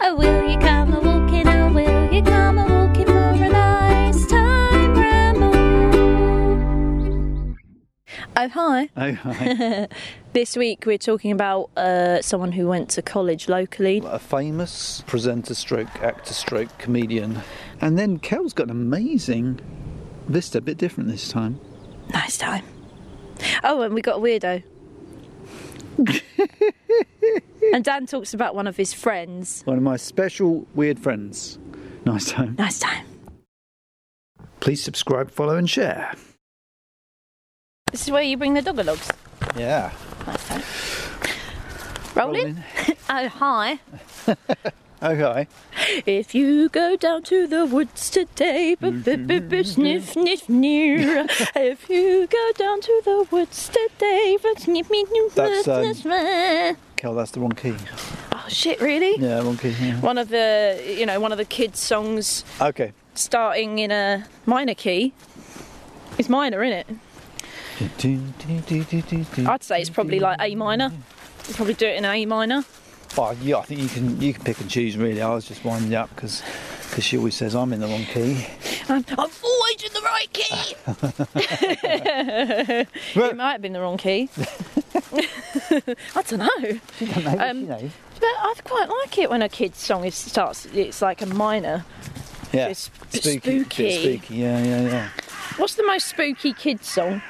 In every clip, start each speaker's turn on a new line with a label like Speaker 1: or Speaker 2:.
Speaker 1: Oh, will you come a walking? Oh, will you come a walking for a nice time ramble?
Speaker 2: Oh, hi.
Speaker 3: Oh, hi.
Speaker 2: This week we're talking about uh, someone who went to college locally.
Speaker 3: a famous presenter stroke, actor stroke, comedian. And then Kel's got an amazing vista, a bit different this time.
Speaker 2: Nice time. Oh, and we got a weirdo. and Dan talks about one of his friends.
Speaker 3: One of my special weird friends. Nice time.
Speaker 2: Nice time.
Speaker 3: Please subscribe, follow, and share.
Speaker 2: This is where you bring the dog logs.
Speaker 3: Yeah.
Speaker 2: Nice time. Rolling. Oh, hi.
Speaker 3: Okay.
Speaker 2: If you go down to the woods today, b- b- b- b- sniff, sniff, near. if you go down to the woods today, but sniff, me, sniff,
Speaker 3: That's, um,
Speaker 2: sniff, sniff.
Speaker 3: Kel, that's the wrong key.
Speaker 2: Oh shit! Really?
Speaker 3: Yeah, wrong key. Yeah.
Speaker 2: One of the, you know, one of the kids' songs
Speaker 3: Okay.
Speaker 2: starting in a minor key. It's minor, isn't it? I'd say it's probably like A minor. You probably do it in A minor.
Speaker 3: Oh, yeah, I think you can you can pick and choose really. I was just winding up because she always says I'm in the wrong key.
Speaker 2: I'm, I'm always in the right key. it might have been the wrong key. I don't know. Um, But I quite like it when a kid's song is starts. It's like a minor.
Speaker 3: yeah,
Speaker 2: it's a bit
Speaker 3: spooky. bit
Speaker 2: spooky.
Speaker 3: spooky. Yeah, yeah, yeah.
Speaker 2: What's the most spooky kid's song?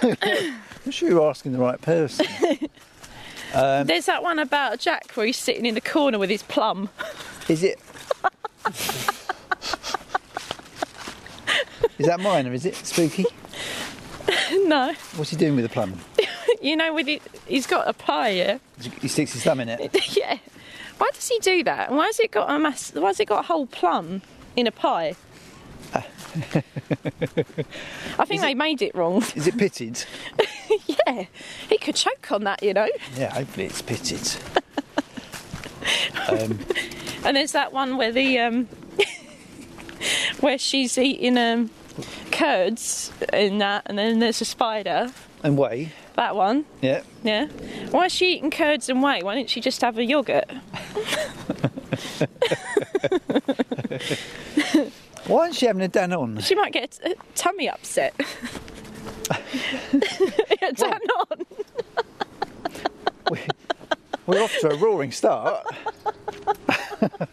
Speaker 3: I'm sure you're asking the right person.
Speaker 2: There's that one about Jack where he's sitting in the corner with his plum.
Speaker 3: Is it? is that mine or is it spooky?
Speaker 2: no,
Speaker 3: What's he doing with the plum?
Speaker 2: you know, with it, he's got a pie. Yeah?
Speaker 3: He sticks his thumb in it.
Speaker 2: yeah. Why does he do that? Why has it got a mass? Why has it got a whole plum in a pie? I think they made it wrong.
Speaker 3: Is it pitted?
Speaker 2: yeah, he could choke on that, you know.
Speaker 3: Yeah, hopefully it's pitted. Um,
Speaker 2: And there's that one where the um, where she's eating um, curds in that, and then there's a spider.
Speaker 3: and whey.
Speaker 2: That one,
Speaker 3: Yeah.
Speaker 2: yeah. Why is she eating curds and whey? Why didn't she just have a yogurt?
Speaker 3: Why isn't she having a Danone?
Speaker 2: She might get a tummy upset. yeah, Dan on.
Speaker 3: We're off to a roaring start.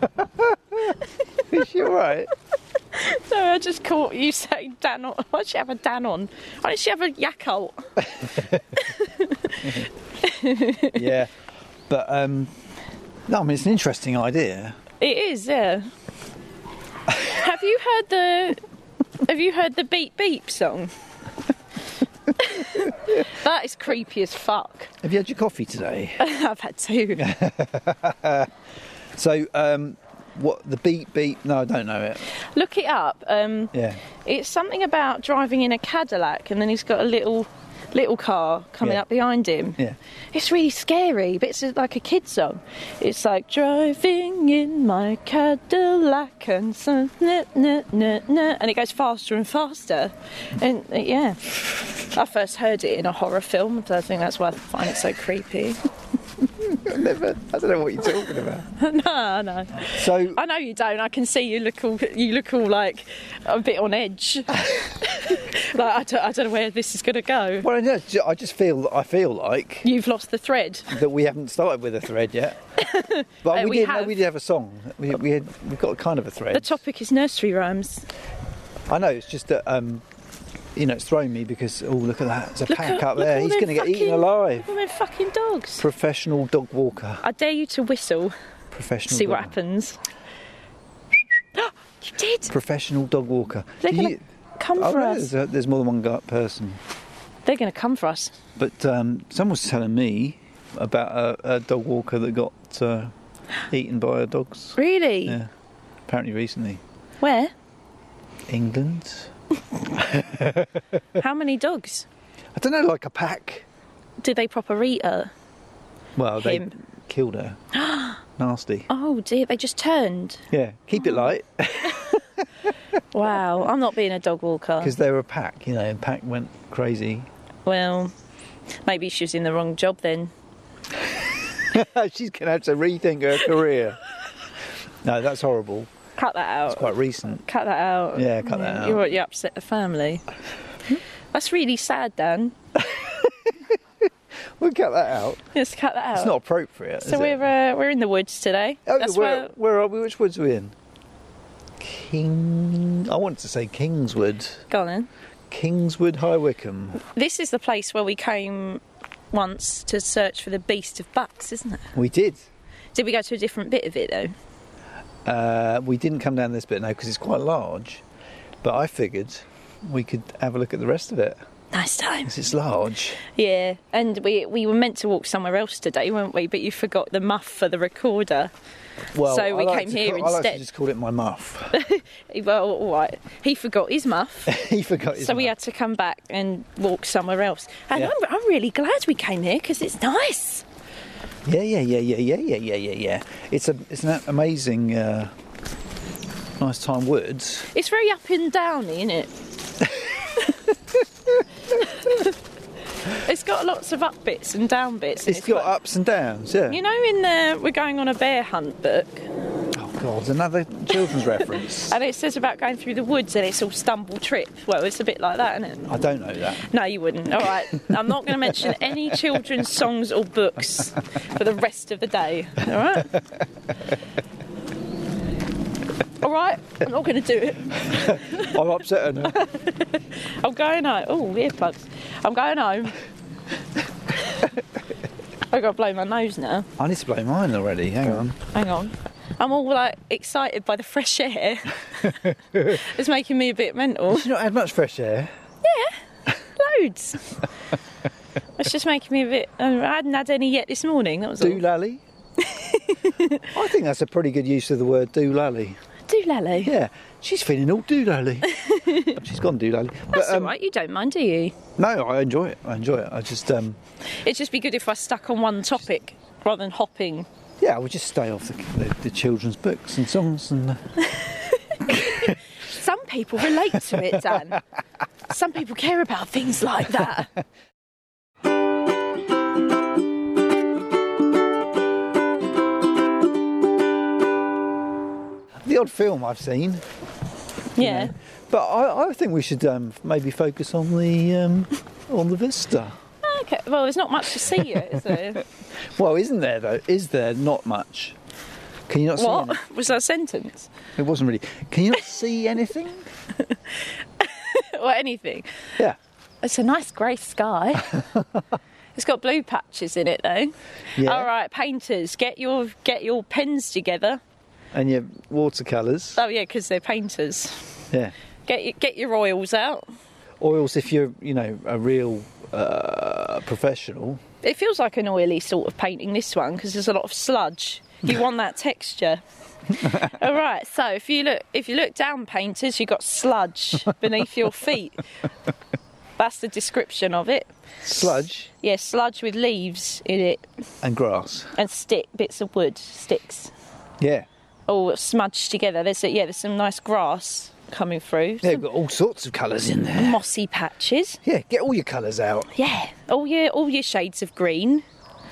Speaker 3: Is she all right?
Speaker 2: No, I just caught you saying Dan on. Why did she have a Dan on? Why did she have a Yakult?
Speaker 3: Yeah, but um, no, I mean it's an interesting idea.
Speaker 2: It is, yeah. have you heard the Have you heard the beep beep song? that is creepy as fuck.
Speaker 3: Have you had your coffee today?
Speaker 2: I've had two.
Speaker 3: So, um, what the beep beep? No, I don't know it.
Speaker 2: Look it up. Um,
Speaker 3: Yeah,
Speaker 2: It's something about driving in a Cadillac, and then he's got a little little car coming
Speaker 3: Yeah.
Speaker 2: up behind him.
Speaker 3: yeah.
Speaker 2: It's really scary, but it's like a kid song. It's like driving in my Cadillac and so na, na, na, na, and it goes faster and faster. And uh, yeah, I first heard it in a horror film, so I think that's why I find it so creepy.
Speaker 3: Never. I don't know what you're talking about.
Speaker 2: no, no,
Speaker 3: So,
Speaker 2: I know you don't. I can see you look all you look all like a bit on edge. like I don't, I don't know where this is going to go.
Speaker 3: well, I know. ju- I just feel. I feel like
Speaker 2: You've lost the thread.
Speaker 3: that we haven't started with a thread yet. But
Speaker 2: Uh,
Speaker 3: we,
Speaker 2: we
Speaker 3: did.
Speaker 2: have.
Speaker 3: No, we did have a song. We we had, we got kind of a thread.
Speaker 2: The topic is nursery rhymes.
Speaker 3: I know. It's just that. Um, you know, it's throwing me because oh, look at that! There's a pack up there.
Speaker 2: all
Speaker 3: He's
Speaker 2: them
Speaker 3: going to get eaten
Speaker 2: fucking-
Speaker 3: alive.
Speaker 2: all them fucking dogs.
Speaker 3: Professional dog walker.
Speaker 2: I dare you to whistle.
Speaker 3: Professional.
Speaker 2: See
Speaker 3: dog
Speaker 2: what
Speaker 3: walker.
Speaker 2: happens. you did.
Speaker 3: Professional dog walker.
Speaker 2: They're
Speaker 3: Do
Speaker 2: gonna
Speaker 3: you-
Speaker 2: come
Speaker 3: I
Speaker 2: for
Speaker 3: know
Speaker 2: us.
Speaker 3: There's, a- there's more than one gu- person.
Speaker 2: They're going to come for us.
Speaker 3: But um, someone was telling me about a, a dog walker that got uh, eaten by a dog's.
Speaker 2: Really?
Speaker 3: Yeah, apparently recently.
Speaker 2: Where?
Speaker 3: England?
Speaker 2: How many dogs?
Speaker 3: I don't know, like a pack.
Speaker 2: Did they proper eat her?
Speaker 3: Well, they
Speaker 2: Him.
Speaker 3: killed her. Nasty.
Speaker 2: Oh dear, they just turned.
Speaker 3: Yeah, keep it light
Speaker 2: Wow, I'm not being a dog walker.
Speaker 3: because they were a pack, you know, and pack went crazy.
Speaker 2: Well, maybe she was in the wrong job then.
Speaker 3: She's going to have to rethink her career. No, that's horrible.
Speaker 2: Cut that
Speaker 3: It's
Speaker 2: out.
Speaker 3: quite recent.
Speaker 2: Cut that out.
Speaker 3: Yeah, cut that out.
Speaker 2: You you upset the family. That's really sad, Dan.
Speaker 3: We'll cut that out.
Speaker 2: Let's cut that out.
Speaker 3: It's not appropriate.
Speaker 2: Oh. So
Speaker 3: is
Speaker 2: we're
Speaker 3: It?
Speaker 2: uh, we're in the woods today.
Speaker 3: Oh,
Speaker 2: That's
Speaker 3: where,
Speaker 2: where
Speaker 3: where are we? Which woods are we in? King. I wanted to say Kingswood.
Speaker 2: go on then.
Speaker 3: Kingswood High Wycombe.
Speaker 2: This is the place where we came once to search for the beast of bucks, isn't it?
Speaker 3: We did.
Speaker 2: Did we go to a different bit of it though?
Speaker 3: Uh, we didn't come down this bit now because it's quite large, but I figured we could have a look at the rest of it
Speaker 2: Nice time.
Speaker 3: 'cause it's large.
Speaker 2: Yeah, and we we were meant to walk somewhere else today, weren't we? But you forgot the muff for the recorder.
Speaker 3: Well,
Speaker 2: So we
Speaker 3: I like
Speaker 2: came
Speaker 3: to
Speaker 2: here
Speaker 3: call- I like to
Speaker 2: instead.
Speaker 3: just call it my muff.
Speaker 2: Well, all right. He forgot his muff,
Speaker 3: he forgot. His
Speaker 2: so we
Speaker 3: muff.
Speaker 2: had to come back and walk somewhere else. And
Speaker 3: Yeah.
Speaker 2: I'm, I'm really glad we came here because it's nice.
Speaker 3: Yeah, yeah, yeah, yeah, yeah, yeah, yeah, yeah, yeah. It's a it's an amazing, uh, nice time words.
Speaker 2: It's very up and downy, isn't it? it's got lots of up bits and down bits. and
Speaker 3: it's got
Speaker 2: like-
Speaker 3: ups and downs. Yeah.
Speaker 2: You know, in the we're going on a bear hunt book,
Speaker 3: Oh God, another children's reference.
Speaker 2: and it says about going through the woods, and it's all stumble trip. Well, it's a bit like that, isn't it?
Speaker 3: I don't know that.
Speaker 2: No, you wouldn't. All right. I'm not going to mention any children's songs or books for the rest of the day. All right. All right. I'm not going to do it.
Speaker 3: I'm upset. her now.
Speaker 2: I'm going home. Oh, earplugs. I'm going home. I got to blow my nose now.
Speaker 3: I need to blow mine already. Hang on.
Speaker 2: Hang on. I'm all like excited by the fresh air. it's making me a bit mental.
Speaker 3: She's not had much fresh air.
Speaker 2: Loads. It's just making me a bit. I hadn't had any yet this morning. That was all.
Speaker 3: Doolally. I think that's a pretty good use of the word doolally.
Speaker 2: Doolally.
Speaker 3: Yeah, she's feeling all doolally. she's gone doolally.
Speaker 2: That's all right. You don't mind, do you?
Speaker 3: um, No, I enjoy it. I enjoy it. I just, um,
Speaker 2: It'd just be good if I stuck on one topic rather than hopping.
Speaker 3: yeah, I would just stay off the, the, the children's books and songs and.
Speaker 2: Some people relate to it, Dan. Some people care about things like that.
Speaker 3: the odd film I've seen.
Speaker 2: Yeah.
Speaker 3: But I, I think we should um, maybe focus on the um, on the vista.
Speaker 2: Okay. Well, there's not much to see yet, is there?
Speaker 3: Well, isn't there though? Is there not much? Can you not see? any-
Speaker 2: what was that sentence
Speaker 3: It wasn't really. Can you not see anything?
Speaker 2: or anything?
Speaker 3: Yeah.
Speaker 2: It's a nice grey sky. it's got blue patches in it, though.
Speaker 3: Yeah.
Speaker 2: All right, painters, get your get your pens together.
Speaker 3: And your watercolours.
Speaker 2: Oh yeah, because they're painters.
Speaker 3: Yeah.
Speaker 2: Get your, get your oils out.
Speaker 3: Oils, if you're, you know, a real uh, professional.
Speaker 2: It feels like an oily sort of painting, this one, because there's a lot of sludge. You want that texture. All right, so if you look if you look down painters, you've got sludge beneath your feet. That's the description of it.
Speaker 3: Sludge
Speaker 2: Yeah, sludge with leaves in it
Speaker 3: and grass.
Speaker 2: and stick bits of wood, sticks,
Speaker 3: Yeah.
Speaker 2: all smudged together. There's a, yeah, there's some nice grass coming through.
Speaker 3: Yeah,
Speaker 2: Some
Speaker 3: got all sorts of colours in there.
Speaker 2: mossy patches.
Speaker 3: Yeah, get all your colours out.
Speaker 2: Yeah. All your all your shades of green.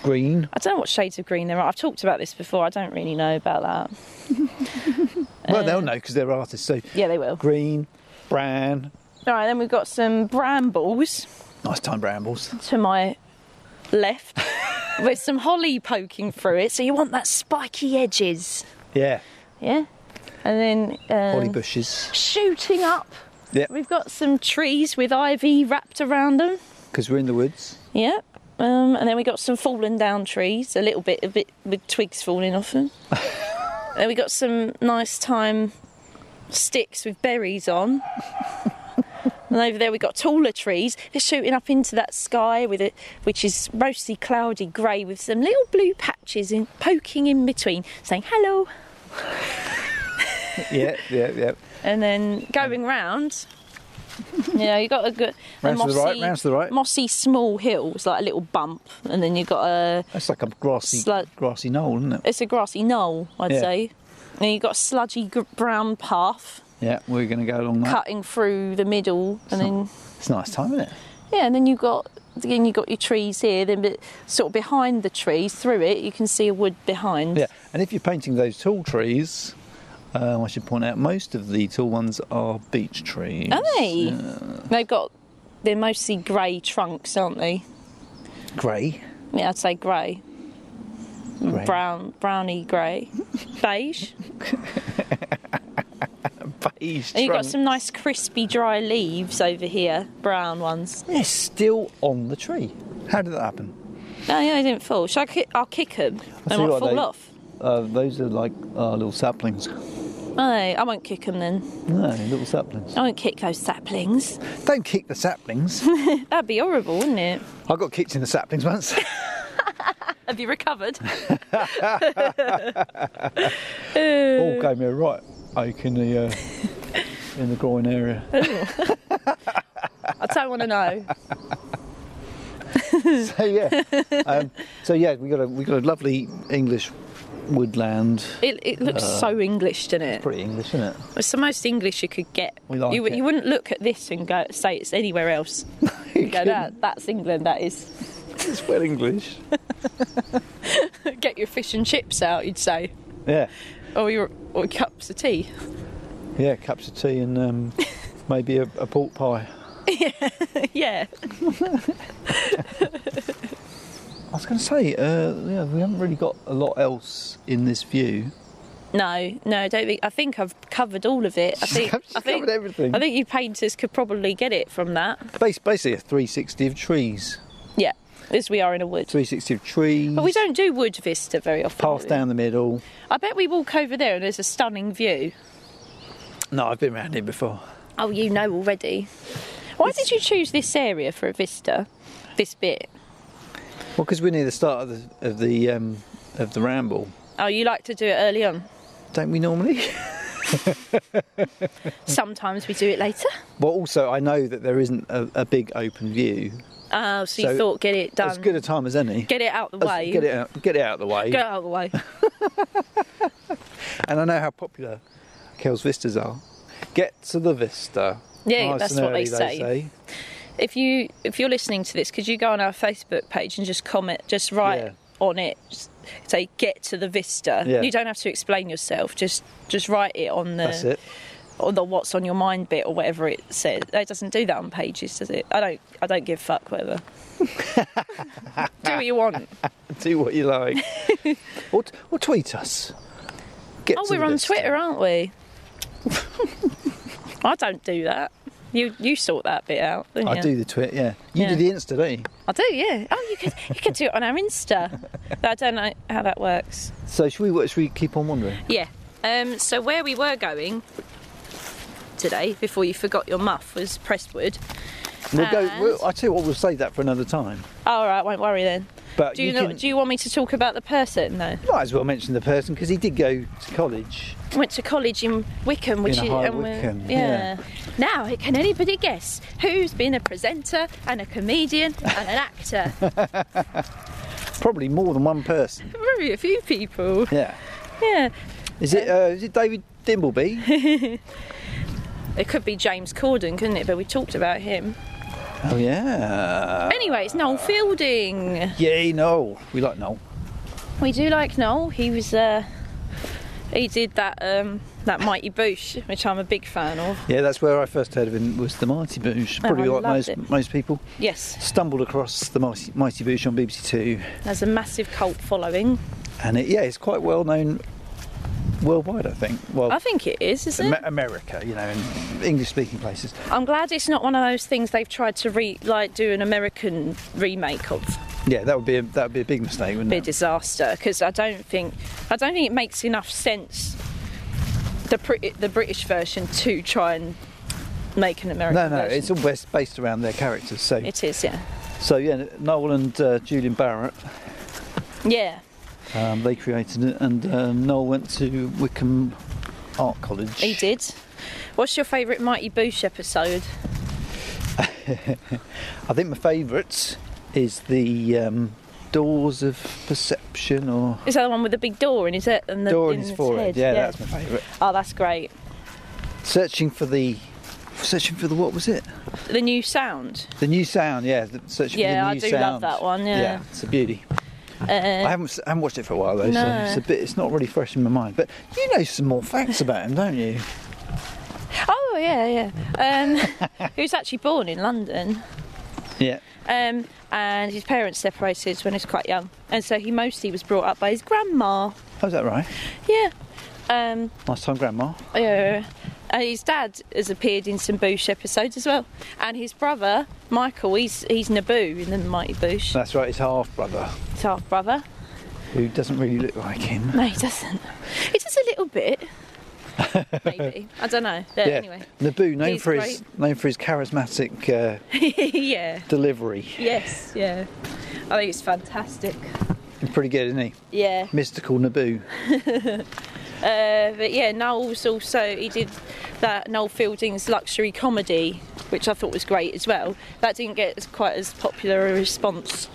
Speaker 3: Green.
Speaker 2: I don't know what shades of green there are. I've talked about this before. I don't really know about that.
Speaker 3: well, they'll
Speaker 2: Uh,
Speaker 3: know because they're artists. So
Speaker 2: Yeah, they will.
Speaker 3: green, brown.
Speaker 2: All right, then we've got some brambles
Speaker 3: Nice time brambles.
Speaker 2: to my left with some holly poking through it. So you want that spiky edges,
Speaker 3: Yeah.
Speaker 2: yeah? And then um,
Speaker 3: Holly bushes.
Speaker 2: shooting up,
Speaker 3: Yeah.
Speaker 2: we've got some trees with ivy wrapped around them,
Speaker 3: Because we're in the woods.
Speaker 2: yeah? Um, and then we got some fallen down trees, a little bit, a bit with twigs falling off them. and we got some nice time sticks with berries on. And over there we've got taller trees. They're shooting up into that sky with it, which is mostly cloudy grey with some little blue patches in, poking in between, saying hello.
Speaker 3: Yeah, yeah, yeah.
Speaker 2: And then going round, you know, you got a good a
Speaker 3: Round to the right, round to the right.
Speaker 2: mossy small hill. It's like a little bump, and then you got a
Speaker 3: That's like a grassy,
Speaker 2: Slud-
Speaker 3: grassy knoll, isn't it?
Speaker 2: it's a grassy knoll, I'd
Speaker 3: Yeah.
Speaker 2: say. And you got a sludgy gr- brown path
Speaker 3: Yeah, we're going to go along that.
Speaker 2: cutting through the middle, and then
Speaker 3: It's a nice time, isn't it?
Speaker 2: yeah, and then you got Again, you've got your trees here, then but sort of behind the trees, through it, you can see a wood behind.
Speaker 3: Yeah, and if you're painting those tall trees, uh, I should point out most of the tall ones are beech trees.
Speaker 2: Are they? They've got, they're mostly grey trunks, aren't they?
Speaker 3: Grey.
Speaker 2: Yeah, I'd say grey.
Speaker 3: Grey.
Speaker 2: Brown, browny grey. Beige.
Speaker 3: Beige
Speaker 2: And you've got
Speaker 3: trunk.
Speaker 2: some nice crispy dry leaves over here, brown ones.
Speaker 3: They're still on the tree. How did that happen?
Speaker 2: No, yeah, they didn't fall. Shall I kick, I'll kick them. They
Speaker 3: tell you
Speaker 2: might
Speaker 3: what,
Speaker 2: fall
Speaker 3: they-
Speaker 2: off.
Speaker 3: Uh, those are like uh, little saplings.
Speaker 2: No, I won't kick them then.
Speaker 3: No, little saplings.
Speaker 2: I won't kick those saplings.
Speaker 3: Don't kick the saplings.
Speaker 2: That'd be horrible, wouldn't it?
Speaker 3: I got kicked in the saplings once.
Speaker 2: Have you recovered?
Speaker 3: All gave me a right ache in the uh, in the groin area.
Speaker 2: I don't want to know.
Speaker 3: So yeah, um, so yeah, we got a we got a lovely English woodland.
Speaker 2: It, it looks
Speaker 3: Uh.
Speaker 2: so English, doesn't it?
Speaker 3: Pretty English, isn't it?
Speaker 2: It's the most English you could get.
Speaker 3: We like
Speaker 2: you,
Speaker 3: it.
Speaker 2: you wouldn't look at this and go say it's anywhere else. You go, that, that's England, that is.
Speaker 3: It's well English.
Speaker 2: Get your fish and chips out, you'd say.
Speaker 3: Yeah,
Speaker 2: Or your or cups of tea.
Speaker 3: yeah. Cups of tea and um, maybe a, a pork pie.
Speaker 2: yeah.
Speaker 3: I was going to say, uh, yeah, we haven't really got a lot else in this view.
Speaker 2: No, no, I don't think. I think I've covered all of it. I think.
Speaker 3: I've just
Speaker 2: I think,
Speaker 3: covered everything.
Speaker 2: I think you painters could probably get it from that.
Speaker 3: Bas- Basically, a 360 of trees.
Speaker 2: Yeah, as we are in a wood.
Speaker 3: 360 of trees.
Speaker 2: But we don't do wood vista very often.
Speaker 3: path
Speaker 2: do we?
Speaker 3: down the middle.
Speaker 2: I bet we walk over there and there's a stunning view.
Speaker 3: No, I've been round here before.
Speaker 2: Oh, you know already. Why did you choose this area for a vista? This bit?
Speaker 3: Well, because we're near the start of the of the um, of the ramble,
Speaker 2: Oh, you like to do it early on.
Speaker 3: don't we normally?
Speaker 2: Sometimes we do it later.
Speaker 3: but also, I know that there isn't a, a big open view.
Speaker 2: Oh, so you
Speaker 3: So,
Speaker 2: thought get it done.
Speaker 3: As good a time as any.
Speaker 2: get it out the
Speaker 3: Let's
Speaker 2: way.
Speaker 3: Get it out, get it out of the way.
Speaker 2: Get it out of the way.
Speaker 3: And I know how popular Kells Vistas are. Get to the vista.
Speaker 2: Yeah,
Speaker 3: Nice
Speaker 2: that's
Speaker 3: and
Speaker 2: what they
Speaker 3: early,
Speaker 2: say. if you if you're listening to this, could you go on our Facebook page and just comment, just write
Speaker 3: Yeah.
Speaker 2: on it, just say get to the vista.
Speaker 3: Yeah.
Speaker 2: You don't have to explain yourself. Just just write it on the
Speaker 3: That's it.
Speaker 2: on the what's on your mind bit or whatever it says. It doesn't do that on pages, does it? I don't I don't give fuck whatever. do what you want.
Speaker 3: Do what you like. or, t- or tweet us. Get
Speaker 2: Oh,
Speaker 3: to
Speaker 2: we're
Speaker 3: the
Speaker 2: on
Speaker 3: vista.
Speaker 2: Twitter, aren't we? I don't do that. You you sort that bit out. Didn't
Speaker 3: I
Speaker 2: you?
Speaker 3: do the Twitter, yeah. You
Speaker 2: Yeah.
Speaker 3: do the Insta, don't you?
Speaker 2: I do, yeah. Oh, you could you could do it on our Insta. But I don't know how that works.
Speaker 3: So should we, should we keep on wandering?
Speaker 2: Yeah. Um, so where we were going today, before you forgot your muff, was Prestwood.
Speaker 3: We'll go.
Speaker 2: And-
Speaker 3: We'll, I tell you what, we'll save that for another time.
Speaker 2: All right, won't worry then.
Speaker 3: But
Speaker 2: Do you,
Speaker 3: Uh, you
Speaker 2: know?
Speaker 3: can-
Speaker 2: Do you want me to talk about the person though?
Speaker 3: Might as well mention the person because he did go to college.
Speaker 2: Went to college in Wickham, which
Speaker 3: In
Speaker 2: is
Speaker 3: High
Speaker 2: and we're-
Speaker 3: Wycombe,
Speaker 2: yeah. Now, can anybody guess who's been a presenter and a comedian and an actor?
Speaker 3: Probably more than one person.
Speaker 2: Probably a few people.
Speaker 3: Yeah.
Speaker 2: Yeah.
Speaker 3: Is it? Uh, is it David Dimbleby?
Speaker 2: It could be James Corden, couldn't it? But we talked about him.
Speaker 3: oh yeah.
Speaker 2: Anyway, it's Noel Fielding.
Speaker 3: Yay, Noel. We like Noel.
Speaker 2: We do like Noel. He was uh, he did that um, that Mighty Boosh, which I'm a big fan of.
Speaker 3: Yeah, that's where I first heard of him was the Mighty Boosh. Probably
Speaker 2: Oh, I
Speaker 3: like
Speaker 2: loved
Speaker 3: most
Speaker 2: it.
Speaker 3: most people.
Speaker 2: Yes,
Speaker 3: Stumbled across the Mighty, Mighty Boosh on BBC Two,
Speaker 2: has a massive cult following.
Speaker 3: and it, yeah, it's quite well known worldwide. I think. Well,
Speaker 2: I think it is, isn't
Speaker 3: Amer-
Speaker 2: it?
Speaker 3: America, you know, in English speaking places.
Speaker 2: I'm glad it's not one of those things they've tried to re like do an American remake of.
Speaker 3: Yeah, that would be a, that would be a big mistake, wouldn't
Speaker 2: Be a
Speaker 3: it?
Speaker 2: disaster because I don't think I don't think it makes enough sense the Brit- the British version to try and make an American
Speaker 3: No, no,
Speaker 2: version.
Speaker 3: it's all bas- based around their characters. So,
Speaker 2: it is yeah
Speaker 3: so yeah, Noel and uh, Julian Barrett,
Speaker 2: yeah
Speaker 3: um, they created it, and um, Noel went to Wickham Art College.
Speaker 2: he did. What's your favourite Mighty Boosh episode?
Speaker 3: I think my favourite is the um, Doors of Perception or
Speaker 2: Is that the one with the big door in his head? And the,
Speaker 3: Door in
Speaker 2: in
Speaker 3: His Forehead.
Speaker 2: head?
Speaker 3: Yeah, that's my favourite.
Speaker 2: Oh, that's great.
Speaker 3: Searching for the Searching for the what was it?
Speaker 2: The new sound.
Speaker 3: The new sound, yeah. The, searching
Speaker 2: Yeah,
Speaker 3: for
Speaker 2: I
Speaker 3: the new
Speaker 2: do
Speaker 3: sound.
Speaker 2: love that one, yeah.
Speaker 3: it's a beauty. I
Speaker 2: Uh,
Speaker 3: haven't, s- I haven't watched it for a while though,
Speaker 2: No.
Speaker 3: so it's a bit. It's not really fresh in my mind. But you know some more facts about him, don't you?
Speaker 2: oh yeah, yeah. Um, who's actually born in London?
Speaker 3: Yeah.
Speaker 2: Um, and his parents separated when he was quite young, and so he mostly was brought up by his grandma.
Speaker 3: Oh, is that right?
Speaker 2: Yeah. Um,
Speaker 3: Last time, Grandma.
Speaker 2: yeah. And his dad has appeared in some Boosh episodes as well, and his brother Michael. He's he's Naboo in the Mighty Boosh.
Speaker 3: That's right. His half brother,
Speaker 2: His half brother.
Speaker 3: who doesn't really look like him.
Speaker 2: No, he doesn't. He does a little bit. Maybe I don't know. But Anyway.
Speaker 3: Naboo, known
Speaker 2: he's
Speaker 3: for his known for his charismatic uh,
Speaker 2: yeah.
Speaker 3: delivery.
Speaker 2: Yes. Yeah. I think it's fantastic.
Speaker 3: He's pretty good, isn't he?
Speaker 2: Yeah.
Speaker 3: Mystical Naboo.
Speaker 2: Uh, but yeah, Noel's also he did that Noel Fielding's luxury comedy, which I thought was great as well. That didn't get as- quite as popular a response.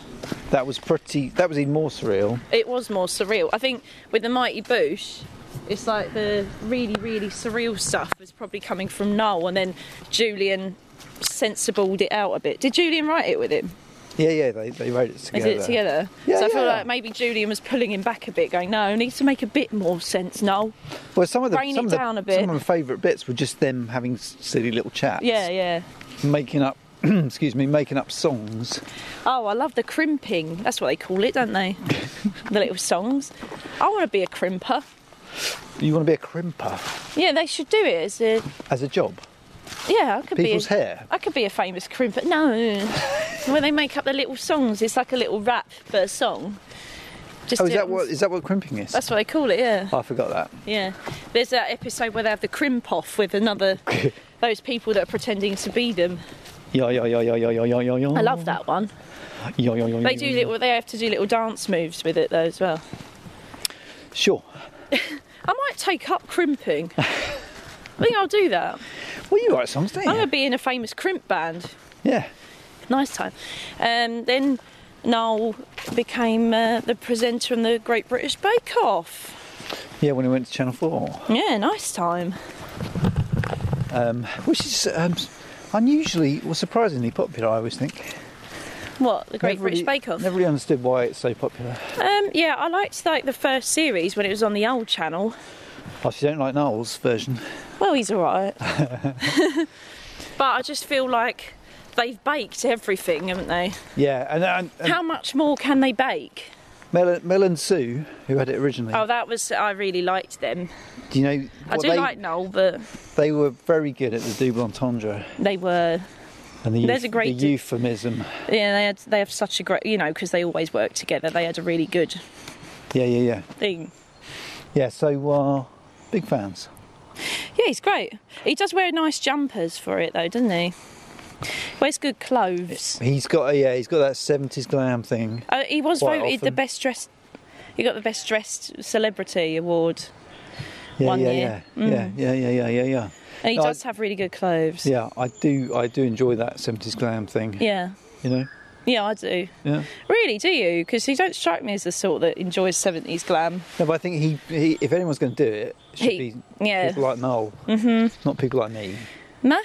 Speaker 3: That was pretty. That was even more surreal.
Speaker 2: It was more surreal. I think with the Mighty Boosh, it's like the really really surreal stuff was probably coming from Noel, and then Julian sensibled it out a bit. Did Julian write it with him?
Speaker 3: Yeah, yeah. They, they wrote it
Speaker 2: They
Speaker 3: together.
Speaker 2: did it together.
Speaker 3: Yeah,
Speaker 2: so I
Speaker 3: yeah,
Speaker 2: feel
Speaker 3: yeah.
Speaker 2: like maybe Julian was pulling him back a bit, going, "No, it needs to make a bit more sense, Noel."
Speaker 3: Well, some of the
Speaker 2: Rain
Speaker 3: some
Speaker 2: it
Speaker 3: of the,
Speaker 2: down a bit.
Speaker 3: some of my favourite bits were just them having s- silly little chats.
Speaker 2: Yeah, yeah.
Speaker 3: Making up. excuse me. Making up songs.
Speaker 2: Oh, I love the crimping. That's what they call it, don't they? the little songs. I want to be a crimper.
Speaker 3: You want to be a crimper
Speaker 2: Yeah, they should do it as a.
Speaker 3: as a job.
Speaker 2: Yeah, I could
Speaker 3: People's
Speaker 2: be. A,
Speaker 3: hair.
Speaker 2: I could be a famous crimper. No, when they make up the little songs, it's like a little rap for a song. Just
Speaker 3: Oh, is
Speaker 2: do it
Speaker 3: that
Speaker 2: on-
Speaker 3: what is that what crimping is?
Speaker 2: That's what they call it. Yeah,
Speaker 3: Oh, I forgot that.
Speaker 2: yeah. There's that episode where they have the crimp off with another. Those people that are pretending to be them.
Speaker 3: Yo yo yo yo yo yo yo yo yo.
Speaker 2: I love that one.
Speaker 3: Yo yo yo.
Speaker 2: They
Speaker 3: yo,
Speaker 2: do
Speaker 3: yo, yo.
Speaker 2: little. They have to do little dance moves with it though as well.
Speaker 3: Sure.
Speaker 2: I might take up crimping. I think I'll do that.
Speaker 3: Well, you write songs, don't you?
Speaker 2: I'm gonna be in a famous crimp band.
Speaker 3: Yeah.
Speaker 2: Nice time. Um, then Noel became uh, the presenter on the Great British Bake Off.
Speaker 3: Yeah, when we went to Channel Four,
Speaker 2: Yeah, nice time.
Speaker 3: which is um, unusually or surprisingly popular, I always think.
Speaker 2: What the Great
Speaker 3: Never
Speaker 2: British
Speaker 3: really-
Speaker 2: Bake Off?
Speaker 3: Never really understood why it's so popular.
Speaker 2: Um, yeah, I liked like the first series when it was on the old channel.
Speaker 3: Oh, so you don't like Noel's version.
Speaker 2: Well, he's all right. but I just feel like they've baked everything, haven't they?
Speaker 3: Yeah, and, and, and
Speaker 2: How much more can they bake?
Speaker 3: Mel, Mel and Sue, who had it originally.
Speaker 2: Oh, that was I really liked them.
Speaker 3: do you know?
Speaker 2: I
Speaker 3: what
Speaker 2: do
Speaker 3: they,
Speaker 2: like Noel, but
Speaker 3: They were very good at the double entendre
Speaker 2: they were
Speaker 3: and the,
Speaker 2: There's
Speaker 3: euf-
Speaker 2: a great
Speaker 3: the
Speaker 2: di-
Speaker 3: euphemism.
Speaker 2: Yeah, they had they have such a great, you know, because they always work together. They had a really good
Speaker 3: Yeah, yeah, yeah,
Speaker 2: thing.
Speaker 3: yeah. So, uh, big fans.
Speaker 2: Yeah, he's great. He does wear nice jumpers for it though, doesn't he? Wears good clothes.
Speaker 3: He's got a, yeah, he's got that '70s glam thing.
Speaker 2: Uh, he was
Speaker 3: Quite
Speaker 2: voted the
Speaker 3: often.
Speaker 2: best dressed. He got the best dressed celebrity award,
Speaker 3: Yeah,
Speaker 2: One
Speaker 3: yeah,
Speaker 2: year. Mm.
Speaker 3: yeah, yeah, yeah, yeah, yeah, yeah.
Speaker 2: and he
Speaker 3: No, I-
Speaker 2: does have really good clothes.
Speaker 3: Yeah, I do, I do enjoy that '70s glam thing.
Speaker 2: yeah,
Speaker 3: You know,
Speaker 2: Yeah, I do.
Speaker 3: yeah.
Speaker 2: Really, do you? Because you don't strike me as the sort that enjoys seventies glam.
Speaker 3: No, but I think he, he if anyone's going to do it, it should
Speaker 2: He-
Speaker 3: be
Speaker 2: yeah.
Speaker 3: people like Noel, mm-hmm. not people like me.
Speaker 2: No,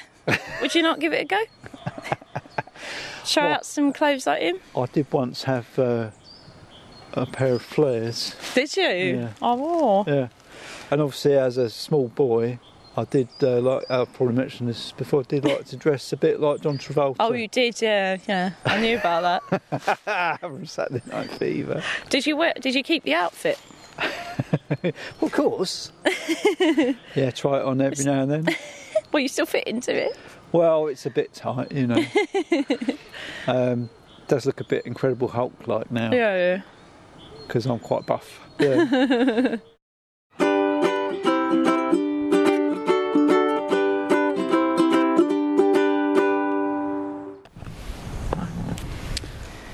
Speaker 2: would you not give it a go? Try
Speaker 3: Well-
Speaker 2: out some clothes like him.
Speaker 3: I did once have uh, a pair of flares.
Speaker 2: Did you? Oh,
Speaker 3: Yeah.
Speaker 2: I wore.
Speaker 3: Yeah, and obviously as a small boy, I did uh, like I've probably mentioned this before. I did like to dress a bit like John Travolta.
Speaker 2: Oh, you did, yeah, yeah. I knew about that.
Speaker 3: from Saturday Night Fever.
Speaker 2: Did you wear? Did you keep the outfit?
Speaker 3: Well, of course. yeah, try it on every now and then.
Speaker 2: Well, you still fit into it.
Speaker 3: Well, it's a bit tight, you know. um, does look a bit Incredible Hulk like now.
Speaker 2: Yeah.
Speaker 3: because I'm quite buff. Yeah.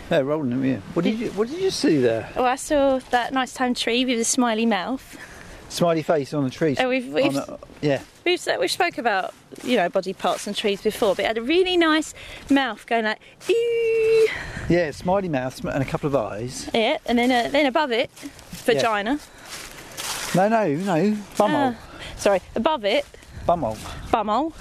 Speaker 3: They're rolling them, yeah. What did you What did you see there?
Speaker 2: Oh, I saw that nice time tree with a smiley mouth.
Speaker 3: Smiley face on the tree.
Speaker 2: Oh, we've we've,
Speaker 3: on a- yeah,
Speaker 2: we've s- we've spoke about you know body parts and trees before, but it had a really nice mouth going like eee.
Speaker 3: yeah. Smiley mouth sm- and a couple of eyes.
Speaker 2: yeah, and then uh, then above it, vagina.
Speaker 3: No, no, no.
Speaker 2: Ah,
Speaker 3: Bumhole,
Speaker 2: sorry, above it,
Speaker 3: bumhole.
Speaker 2: bumhole.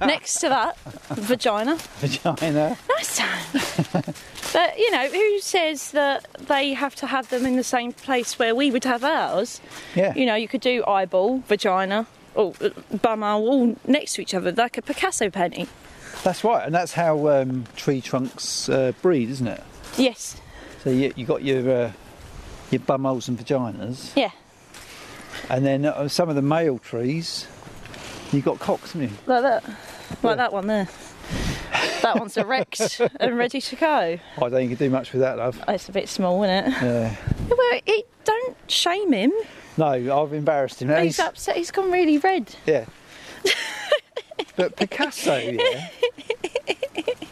Speaker 2: Next to that, vagina.
Speaker 3: Vagina.
Speaker 2: Nice time. but you know, who says that they have to have them in the same place where we would have ours?
Speaker 3: Yeah.
Speaker 2: You know, you could do eyeball, vagina, or uh, bum hole all next to each other, like a Picasso painting.
Speaker 3: That's right, and that's how um, tree trunks uh, breed, isn't it?
Speaker 2: Yes.
Speaker 3: So you, you got your uh, your bumholes and vaginas,
Speaker 2: Yeah.
Speaker 3: and then uh, some of the male trees, you got cocks, haven't you?
Speaker 2: Like that. Like
Speaker 3: Yeah.
Speaker 2: that one there. That one's erect and ready to go.
Speaker 3: I don't think you can do much with that, love.
Speaker 2: Oh, it's a bit small, isn't it?
Speaker 3: Yeah.
Speaker 2: Well, it, don't shame him.
Speaker 3: No, I've embarrassed him. Now
Speaker 2: He's upset. He's gone really red.
Speaker 3: Yeah. but Picasso, yeah.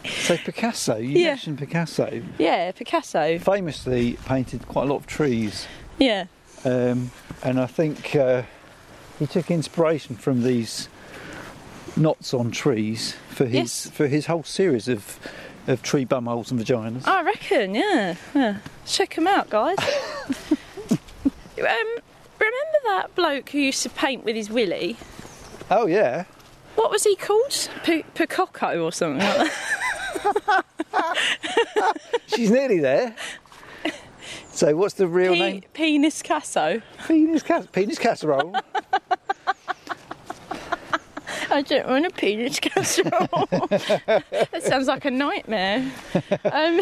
Speaker 3: So Picasso, you
Speaker 2: Yeah.
Speaker 3: mentioned Picasso.
Speaker 2: Yeah, Picasso.
Speaker 3: Famously painted quite a lot of trees,
Speaker 2: Yeah.
Speaker 3: um, and I think uh, he took inspiration from these knots on trees for his
Speaker 2: Yes.
Speaker 3: for his whole series of of tree bumholes and vaginas.
Speaker 2: I reckon, yeah. yeah. Check him out, guys. um, remember that bloke who used to paint with his willy?
Speaker 3: Oh yeah,
Speaker 2: What was he called? P- Picocco or something like that?
Speaker 3: she's nearly there. So what's the real name?
Speaker 2: Pe- penis Casso.
Speaker 3: Penis, cas- penis casserole.
Speaker 2: I don't want a penis casserole. that sounds like a nightmare. Um,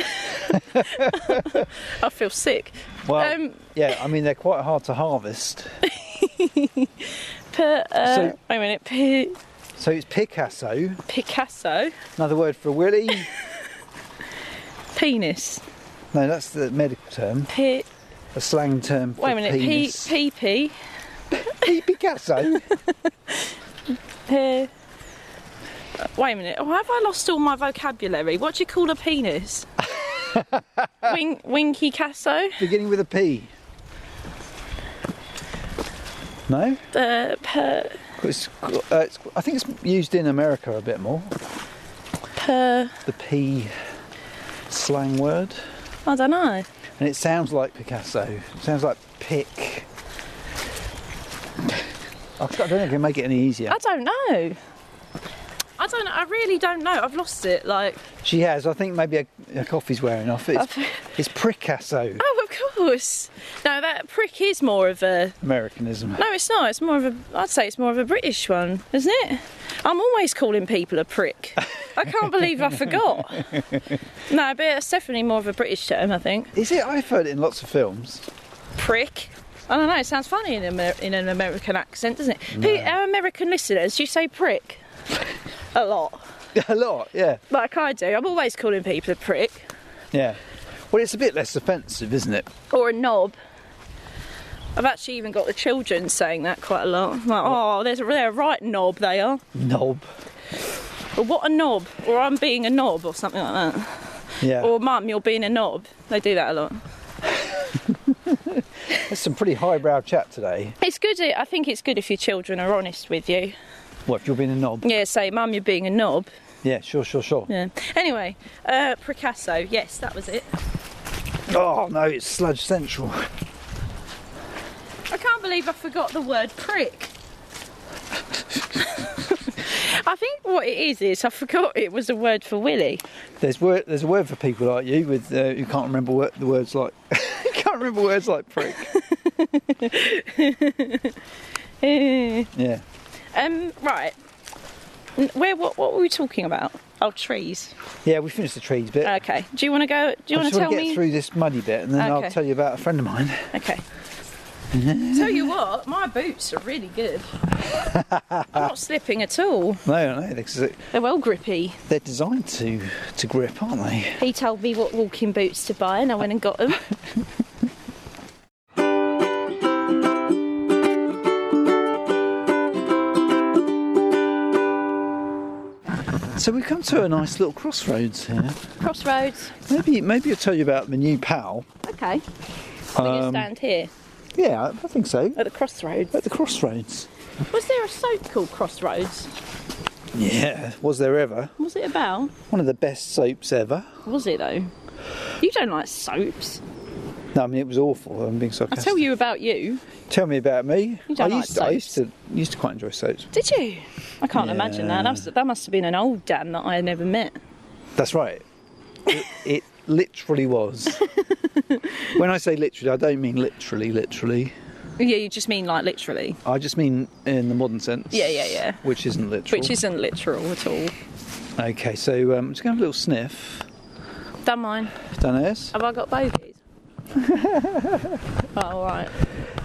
Speaker 2: I feel sick.
Speaker 3: Well,
Speaker 2: Um,
Speaker 3: yeah, I mean they're quite hard to harvest.
Speaker 2: But, uh,
Speaker 3: So-
Speaker 2: wait a minute. P-
Speaker 3: So it's Picasso,
Speaker 2: Picasso.
Speaker 3: another word for Willy.
Speaker 2: Penis.
Speaker 3: No, that's the medical term,
Speaker 2: P-
Speaker 3: a slang term for
Speaker 2: wait a minute. P-
Speaker 3: penis.
Speaker 2: P- P.
Speaker 3: P- Picasso.
Speaker 2: Pe- Wait a minute. Oh, have I lost all my vocabulary? What do you call a penis? Wing, winky Casso?
Speaker 3: beginning with a P. No,
Speaker 2: Uh, per,
Speaker 3: it's, uh, it's, I think it's used in America a bit more.
Speaker 2: per,
Speaker 3: The P slang word,
Speaker 2: I don't know.
Speaker 3: and it sounds like Picasso. It sounds like pick. I don't know if I can make it any easier.
Speaker 2: I don't know. I don't know. I really don't know. I've lost it. Like,
Speaker 3: She has. I think maybe a, a coffee's wearing off. It's, it's Picasso
Speaker 2: oh, of course. No, that prick is more of a.
Speaker 3: Americanism.
Speaker 2: No, it's not. It's more of a. I'd say it's more of a British one, isn't it? I'm always calling people a prick. I can't believe I forgot. No, but it's definitely more of a British term, I think.
Speaker 3: Is it? I've heard it in lots of films.
Speaker 2: prick. I don't know. It sounds funny in, Amer- in an American accent, doesn't it? Pe- our American listeners, you say prick a lot,
Speaker 3: a lot, yeah,
Speaker 2: like I do. I'm always calling people a prick
Speaker 3: yeah. Well, it's a bit less offensive, isn't it?
Speaker 2: or a knob. I've actually even got the children saying that quite a lot. I'm like, oh, there's a, they're a right knob, they are.
Speaker 3: Knob.
Speaker 2: Or what a knob. Or I'm being a knob, or something like that.
Speaker 3: Yeah.
Speaker 2: Or mum, you're being a knob. They do that a lot.
Speaker 3: There's some pretty highbrow chat today.
Speaker 2: It's good. I think it's good if your children are honest with you.
Speaker 3: What, if you're being a knob?
Speaker 2: Yeah, say, mum, you're being a knob.
Speaker 3: Yeah, sure, sure, sure.
Speaker 2: Yeah. Anyway, uh, Picasso. Yes, that was it.
Speaker 3: Oh, no, it's Sludge Central.
Speaker 2: I can't believe I forgot the word prick. I think what it is is I forgot it was a word for Willy.
Speaker 3: There's word, there's a word for people like you with uh, who can't remember wor- the words like can't remember words like prick.
Speaker 2: Eh.
Speaker 3: Yeah.
Speaker 2: um, right. N- Where? What? What were we talking about? Oh, trees.
Speaker 3: Yeah, we finished the trees bit.
Speaker 2: Okay. Do you want to go? Do Uh, you
Speaker 3: I
Speaker 2: want
Speaker 3: just
Speaker 2: to
Speaker 3: want
Speaker 2: tell
Speaker 3: to get
Speaker 2: me?
Speaker 3: through this muddy bit and then
Speaker 2: Okay.
Speaker 3: I'll tell you about a friend of mine.
Speaker 2: Okay. tell you what, my boots are really good. I'm not slipping at all.
Speaker 3: No, no, because
Speaker 2: They're well grippy.
Speaker 3: they're designed to to grip, aren't they?
Speaker 2: He told me what walking boots to buy, and I went and got them.
Speaker 3: So we've come to a nice little crossroads here.
Speaker 2: Crossroads.
Speaker 3: Maybe maybe I'll tell you about my new pal.
Speaker 2: Okay. So you
Speaker 3: Um,
Speaker 2: stand here
Speaker 3: Yeah, I think so.
Speaker 2: at the crossroads.
Speaker 3: At the crossroads.
Speaker 2: Was there a soap called Crossroads?
Speaker 3: Yeah. Was there ever?
Speaker 2: Was it about?
Speaker 3: One of the best soaps ever.
Speaker 2: Was it though? You don't like soaps.
Speaker 3: No, I mean it was awful. I'm being
Speaker 2: I'll
Speaker 3: sarcastic.
Speaker 2: tell you about you.
Speaker 3: Tell me about me.
Speaker 2: You don't
Speaker 3: I
Speaker 2: like
Speaker 3: used to, I used to used to quite enjoy soaps.
Speaker 2: Did you? I can't imagine that. That
Speaker 3: Yeah.
Speaker 2: must, that must have been an old Dan that I had never met.
Speaker 3: That's right. It, it literally was. when I say literally, I don't mean literally, literally.
Speaker 2: Yeah, you just mean like literally,
Speaker 3: I just mean in the modern sense.
Speaker 2: Yeah, yeah, yeah.
Speaker 3: Which isn't literal.
Speaker 2: which isn't literal at all.
Speaker 3: Okay, so um, just gonna have a little sniff.
Speaker 2: Done mine.
Speaker 3: Done this.
Speaker 2: Have I got bogeys? oh, all right.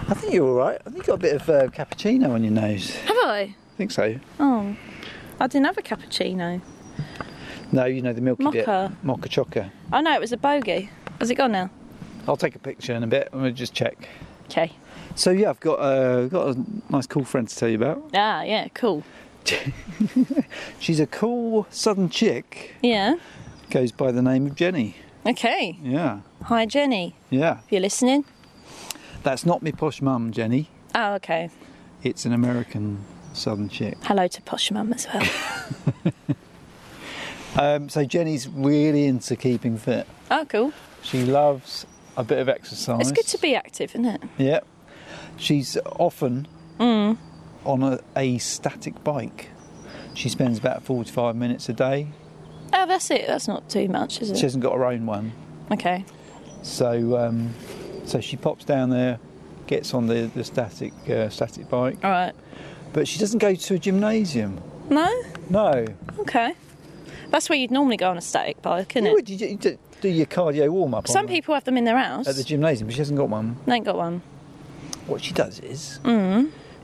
Speaker 3: I think you're all right. I think you got a bit of uh, cappuccino on your nose.
Speaker 2: Have I?
Speaker 3: I think so.
Speaker 2: Oh, I didn't have a cappuccino.
Speaker 3: No, you know the milky bit.
Speaker 2: Mocha.
Speaker 3: Mocha choca.
Speaker 2: Oh no, it was a bogey. Has it gone now?
Speaker 3: I'll take a picture in a bit and we'll just check.
Speaker 2: Okay.
Speaker 3: So yeah, I've got uh, got a nice cool friend to tell you about.
Speaker 2: Ah, yeah, cool.
Speaker 3: She's a cool southern chick.
Speaker 2: Yeah.
Speaker 3: Goes by the name of Jenny.
Speaker 2: Okay.
Speaker 3: Yeah,
Speaker 2: Hi, Jenny.
Speaker 3: yeah.
Speaker 2: If you're listening.
Speaker 3: That's not me posh mum, Jenny.
Speaker 2: Oh, okay.
Speaker 3: It's an American southern chick.
Speaker 2: Hello to Posh Mum as well.
Speaker 3: Um, so Jenny's really into keeping fit.
Speaker 2: oh, cool.
Speaker 3: She loves a bit of exercise.
Speaker 2: It's good to be Mm. active, isn't it?
Speaker 3: Yeah. She's often on a, a static bike. She spends about 45 minutes a day.
Speaker 2: Oh, that's it. That's not too much, is
Speaker 3: She
Speaker 2: it?
Speaker 3: hasn't got her own one.
Speaker 2: Okay.
Speaker 3: So um, so she pops down there, gets on the, the static uh, static bike,
Speaker 2: All right.
Speaker 3: but she doesn't go to a gymnasium.
Speaker 2: No?
Speaker 3: No.
Speaker 2: Okay. That's where you'd normally go on a static bike, isn't
Speaker 3: You,
Speaker 2: it?
Speaker 3: would- you, you do- do your cardio warm up.
Speaker 2: Some people have them in their house.
Speaker 3: at the gymnasium, but she hasn't got one.
Speaker 2: They ain't got one. Mm-hmm.
Speaker 3: What she does is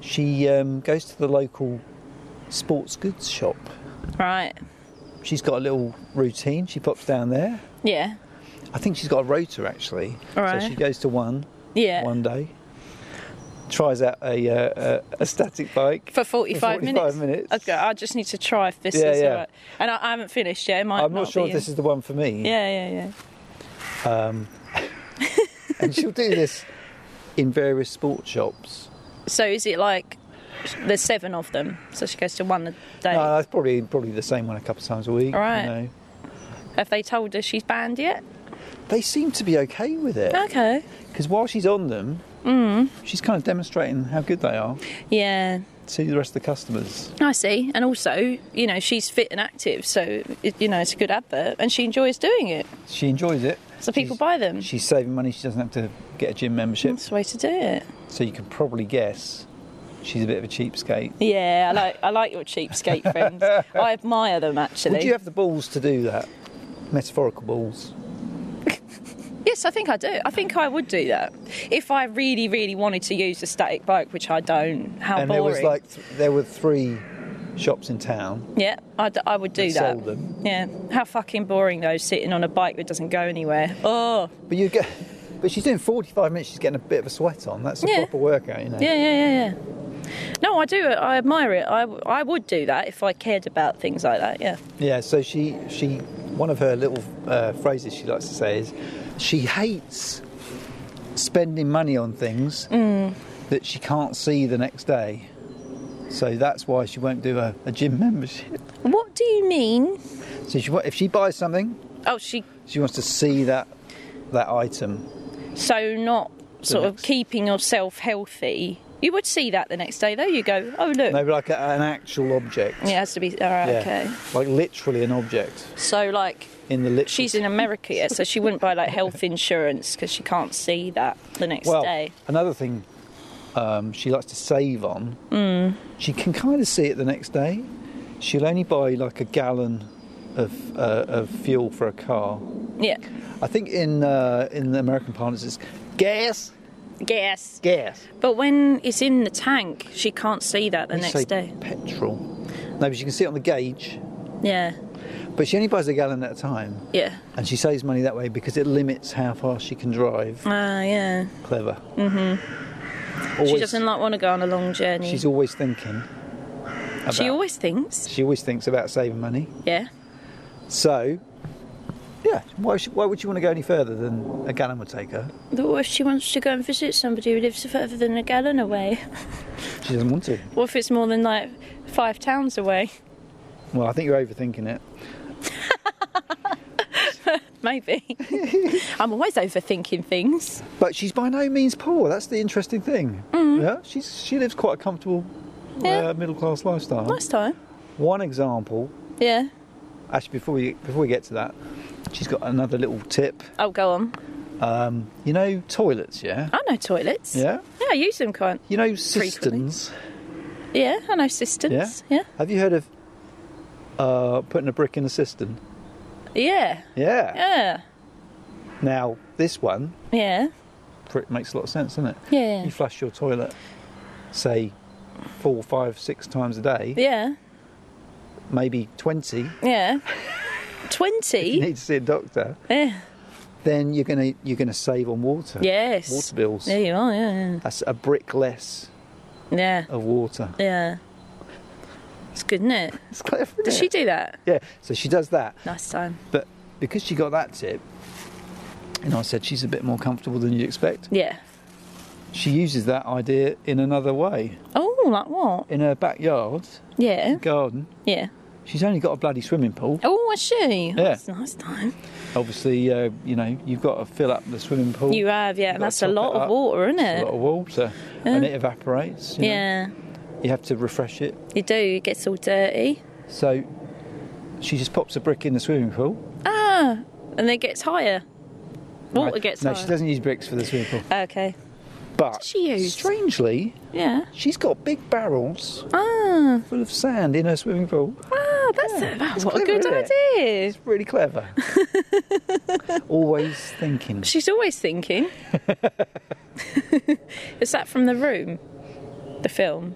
Speaker 3: she um, goes to the local sports goods shop.
Speaker 2: Right.
Speaker 3: She's got a little routine. She pops down there.
Speaker 2: Yeah.
Speaker 3: I think she's got a rotor actually.
Speaker 2: Alright.
Speaker 3: So she goes to one
Speaker 2: Yeah.
Speaker 3: one day. Tries out a, uh, a, a static bike
Speaker 2: For 45,
Speaker 3: 45
Speaker 2: minutes?
Speaker 3: minutes.
Speaker 2: Okay, I just need to try if this
Speaker 3: Yeah,
Speaker 2: is
Speaker 3: yeah.
Speaker 2: all right. And I, I haven't finished yet. It might
Speaker 3: I'm not sure if this is the one for me.
Speaker 2: Yeah, yeah, yeah.
Speaker 3: And she'll do this in various sports shops.
Speaker 2: So is it like there's seven of them? So she goes to one a day.
Speaker 3: No, that's probably probably the same one a couple of times a week. you
Speaker 2: Right.
Speaker 3: know.
Speaker 2: Have they told her she's banned yet?
Speaker 3: They seem to be okay with it
Speaker 2: Okay. Mm.
Speaker 3: because while she's on them, she's kind of demonstrating how good they are
Speaker 2: Yeah,
Speaker 3: to the rest of the customers.
Speaker 2: I see. And also, you know, she's fit and active, so it, you know it's a good advert, and she enjoys doing it.
Speaker 3: She enjoys it.
Speaker 2: So people
Speaker 3: She's-
Speaker 2: buy them. Mm.
Speaker 3: She's saving money. She doesn't have to get a gym membership.
Speaker 2: That's the way to do it.
Speaker 3: So you can probably guess she's a bit of a cheapskate.
Speaker 2: Yeah, I like I like your cheapskate friends. I admire them actually.
Speaker 3: Would you have the balls to do that? Metaphorical balls.
Speaker 2: Yes, I think I do. I think I would do that if I really, really wanted to use a static bike, which I don't. How
Speaker 3: and there
Speaker 2: boring.
Speaker 3: was like th- there were three shops in town.
Speaker 2: yeah, I, d- I would do
Speaker 3: That
Speaker 2: that.
Speaker 3: sold them.
Speaker 2: Yeah, how fucking boring though, sitting on a bike that doesn't go anywhere. Oh,
Speaker 3: But you get, but she's doing 45 minutes. She's getting a bit of a sweat on. That's a
Speaker 2: Yeah.
Speaker 3: proper workout, you know.
Speaker 2: yeah, yeah, yeah, yeah. No, I do. I admire it. I, w- I would do that if I cared about things like that. Yeah.
Speaker 3: Yeah. So she she one of her little uh, phrases she likes to say is she hates spending money on things
Speaker 2: Mm.
Speaker 3: that she can't see the next day. So that's why she won't do a, a gym membership.
Speaker 2: What do you mean?
Speaker 3: So she, wa- if she buys something,
Speaker 2: Oh, she
Speaker 3: she wants to see that that item.
Speaker 2: so not sort of
Speaker 3: next-
Speaker 2: keeping yourself healthy. You would see that the next day though. You go, oh look,
Speaker 3: No, but like a, an actual object.
Speaker 2: it has to be all right.
Speaker 3: Yeah.
Speaker 2: Okay.
Speaker 3: Like literally an object
Speaker 2: So like
Speaker 3: in the literal.
Speaker 2: she's in America yet, so she wouldn't buy like health insurance because she can't see that the next
Speaker 3: well,
Speaker 2: day.
Speaker 3: another thing um, she likes to save on.
Speaker 2: Mm.
Speaker 3: She can kind of see it the next day. She'll only buy like a gallon of uh, of fuel for a car.
Speaker 2: Yeah.
Speaker 3: I think in uh, in the American parlance it's gas,
Speaker 2: Gas.
Speaker 3: gas.
Speaker 2: But when it's in the tank, she can't see that the
Speaker 3: You
Speaker 2: next
Speaker 3: say
Speaker 2: day.
Speaker 3: Petrol. No, but she can see it on the gauge.
Speaker 2: Yeah.
Speaker 3: But she only buys a gallon at a time,
Speaker 2: Yeah.
Speaker 3: and she saves money that way because it limits how fast she can drive.
Speaker 2: Ah, yeah.
Speaker 3: Clever. Mm-hmm. Always,
Speaker 2: she doesn't like want to go on a long journey.
Speaker 3: She's always thinking. About,
Speaker 2: she always thinks.
Speaker 3: She always thinks about saving money.
Speaker 2: Yeah.
Speaker 3: So, yeah, why, sh- why would you want to go any further than a gallon would take her?
Speaker 2: But what if she wants to go and visit somebody who lives further than a gallon away?
Speaker 3: She doesn't want to.
Speaker 2: What if it's more than like five towns away?
Speaker 3: Well, I think you're overthinking it.
Speaker 2: maybe. I'm always overthinking things.
Speaker 3: But she's by no means poor. That's the interesting thing. Yeah, she's she lives quite a comfortable
Speaker 2: Mm. Yeah.
Speaker 3: uh, middle class lifestyle.
Speaker 2: Nice time.
Speaker 3: One example,
Speaker 2: Yeah.
Speaker 3: actually, before we before we get to that, she's got another little tip.
Speaker 2: Oh, go on.
Speaker 3: Um, you know toilets, yeah,
Speaker 2: I know toilets.
Speaker 3: yeah.
Speaker 2: Yeah, I use them quite.
Speaker 3: You know cisterns,
Speaker 2: Yeah, I know cisterns. Yeah.
Speaker 3: Have you heard of uh, putting a brick in a cistern?
Speaker 2: Yeah.
Speaker 3: Yeah.
Speaker 2: Yeah.
Speaker 3: Now this one
Speaker 2: Yeah.
Speaker 3: pr- makes a lot of sense, doesn't it?
Speaker 2: Yeah.
Speaker 3: You flush your toilet, say four, five, six times a day,
Speaker 2: Yeah.
Speaker 3: maybe twenty.
Speaker 2: Yeah.
Speaker 3: You
Speaker 2: Twenty.
Speaker 3: need to see a doctor.
Speaker 2: Yeah.
Speaker 3: then you're gonna you're gonna save on water.
Speaker 2: Yes.
Speaker 3: Water bills.
Speaker 2: There you are. Yeah.
Speaker 3: That's a brick less
Speaker 2: Yeah. Yeah.
Speaker 3: of water.
Speaker 2: yeah. It's good, isn't it?
Speaker 3: It's clever. isn't
Speaker 2: Does
Speaker 3: it?
Speaker 2: she do that?
Speaker 3: Yeah. So she does that,
Speaker 2: Nice time.
Speaker 3: but because she got that tip, and I said she's a bit more comfortable than you'd expect.
Speaker 2: Yeah.
Speaker 3: She uses that idea in another way.
Speaker 2: Oh, like what?
Speaker 3: In her backyard
Speaker 2: Yeah.
Speaker 3: garden,
Speaker 2: Yeah.
Speaker 3: she's only got a bloody swimming pool.
Speaker 2: Oh, is she?
Speaker 3: Yeah.
Speaker 2: That's nice time.
Speaker 3: Obviously, uh, you know you've got to fill up the swimming pool.
Speaker 2: You have, yeah.
Speaker 3: You've
Speaker 2: And
Speaker 3: got
Speaker 2: that's
Speaker 3: to
Speaker 2: a lot
Speaker 3: top it
Speaker 2: of
Speaker 3: up.
Speaker 2: water, isn't
Speaker 3: It's
Speaker 2: it?
Speaker 3: a lot of water, and it evaporates. you know.
Speaker 2: yeah.
Speaker 3: You have to refresh it.
Speaker 2: You do. It gets all dirty.
Speaker 3: So she just pops a brick in the swimming pool.
Speaker 2: Ah, and it gets higher. Water
Speaker 3: Right.
Speaker 2: Oh, gets
Speaker 3: no,
Speaker 2: higher.
Speaker 3: she doesn't use bricks for the swimming pool.
Speaker 2: Okay.
Speaker 3: But
Speaker 2: does she use?
Speaker 3: strangely,
Speaker 2: Yeah.
Speaker 3: she's got big barrels
Speaker 2: Ah,
Speaker 3: full of sand in her swimming pool.
Speaker 2: wow, Ah, that's, a, that's
Speaker 3: it's
Speaker 2: what a
Speaker 3: clever,
Speaker 2: good
Speaker 3: isn't it?
Speaker 2: idea.
Speaker 3: It's really clever. Always thinking.
Speaker 2: She's always thinking. Is that from the room? The film?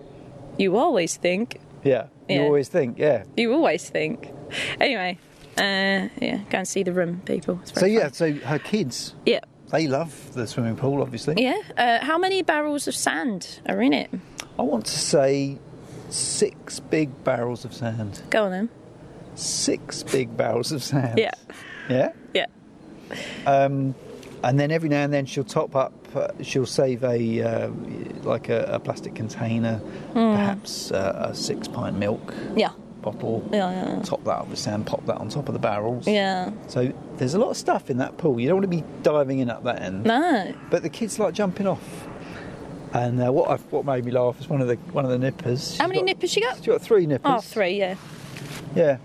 Speaker 2: You always think.
Speaker 3: Yeah, you
Speaker 2: Yeah.
Speaker 3: always think. Yeah.
Speaker 2: You always think. Anyway, uh, yeah, go and see the room, people. It's
Speaker 3: So
Speaker 2: very
Speaker 3: yeah,
Speaker 2: fun.
Speaker 3: so her kids,
Speaker 2: Yeah.
Speaker 3: they love the swimming pool, obviously.
Speaker 2: Yeah. Uh, how many barrels of sand are in it?
Speaker 3: I want to say six big barrels of sand.
Speaker 2: Go on then.
Speaker 3: Six big barrels of sand.
Speaker 2: Yeah.
Speaker 3: Yeah.
Speaker 2: Yeah.
Speaker 3: Um, and then every now and then she'll top up. Uh, she'll save a uh, like a, a plastic container,
Speaker 2: Hmm.
Speaker 3: perhaps uh, a six pint milk
Speaker 2: Yeah.
Speaker 3: bottle.
Speaker 2: Yeah, yeah, yeah.
Speaker 3: Top that up with sand. Pop that on top of the barrels.
Speaker 2: Yeah.
Speaker 3: So there's a lot of stuff in that pool. You don't want to be diving in at that end.
Speaker 2: No.
Speaker 3: But the kids like jumping off. And uh, what I, what made me laugh is one of the one of the nippers.
Speaker 2: How
Speaker 3: she's
Speaker 2: many
Speaker 3: got,
Speaker 2: nippers she got?
Speaker 3: She's got three nippers.
Speaker 2: Oh, three, yeah.
Speaker 3: Yeah.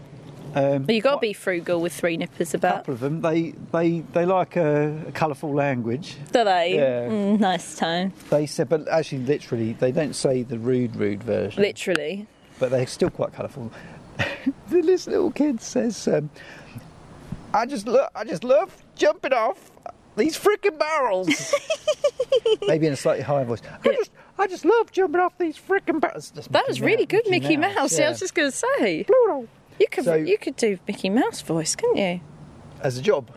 Speaker 3: Um,
Speaker 2: But you got to be frugal with three nippers
Speaker 3: a
Speaker 2: about,
Speaker 3: couple of them. They they they like a, a colourful language.
Speaker 2: do they?
Speaker 3: Yeah.
Speaker 2: Mm, nice time.
Speaker 3: They said, but actually, literally, they don't say the rude, rude version,
Speaker 2: Literally.
Speaker 3: but they're still quite colourful. this little kid says, um, "I just look, I just love jumping off these freaking barrels." Maybe in a slightly higher voice. I just, I just love jumping off these freaking barrels. That's
Speaker 2: That
Speaker 3: Mickey
Speaker 2: was really
Speaker 3: Mouse,
Speaker 2: good, Mickey Mouse. Yeah, I
Speaker 3: yeah.
Speaker 2: was just going to say.
Speaker 3: Plural.
Speaker 2: You could
Speaker 3: So-
Speaker 2: you could do Mickey Mouse voice, couldn't you?
Speaker 3: as a job.